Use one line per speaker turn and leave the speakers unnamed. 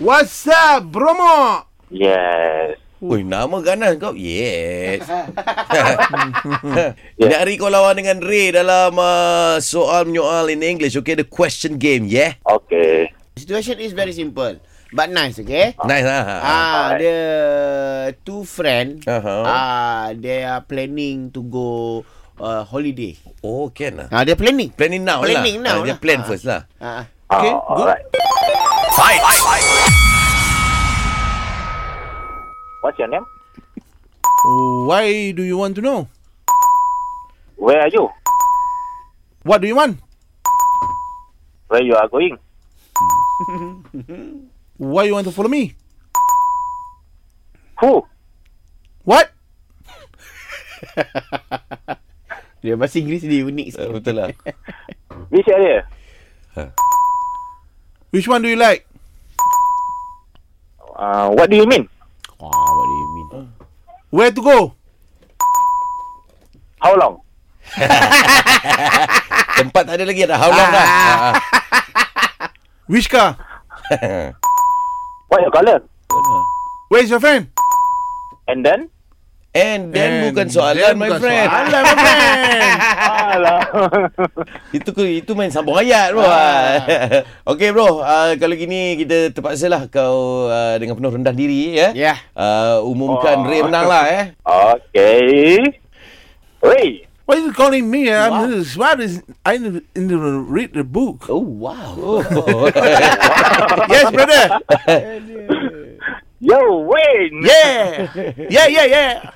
What's up, Bromo?
Yes.
Ui, nama ganas kau. Yes. Ini hari kau lawan dengan Ray dalam uh, soal menyoal in English. Okay, the question game, yeah?
Okay.
Situation is very simple but nice, okay?
Nice, ha? ha.
Ah,
Alright.
the two friend ah
Uh-huh.
they are planning to go uh, holiday.
Oh, can lah.
Ah, they're planning.
Planning now
Planning
lah.
now
Ah, dia
lah.
plan
Ah.
first lah.
Ah,
Okay,
good.
Ờ, Alright. What's your name?
Why do you want to know?
Where are you?
What do you want?
Where you are going?
Why you want to follow me?
Who?
What?
dia bahasa Inggeris dia unik sikit.
Uh, betul lah.
Which area?
Which one do you like?
Uh, what do you mean?
Ah, what do you mean?
Where to go?
How long?
Tempat tak ada lagi dah. How long dah? Ah,
Which car?
What your color?
ah.
Where's your friend?
And then?
And then
And
bukan
then
soalan, my
bukan
friend.
Soalan, my friend.
Alah.
Itu ke itu main sambung ayat bro. Okey bro, uh, kalau gini kita terpaksalah kau uh, dengan penuh rendah diri ya.
Yeah.
Uh, umumkan
Oh.
Ray menang lah eh.
okay. Hey.
Why you calling me? I'm just, what is I need to- need to read the book.
Oh wow. Oh.
yes, brother.
Yo, Wayne.
Yeah. Yeah, yeah, yeah.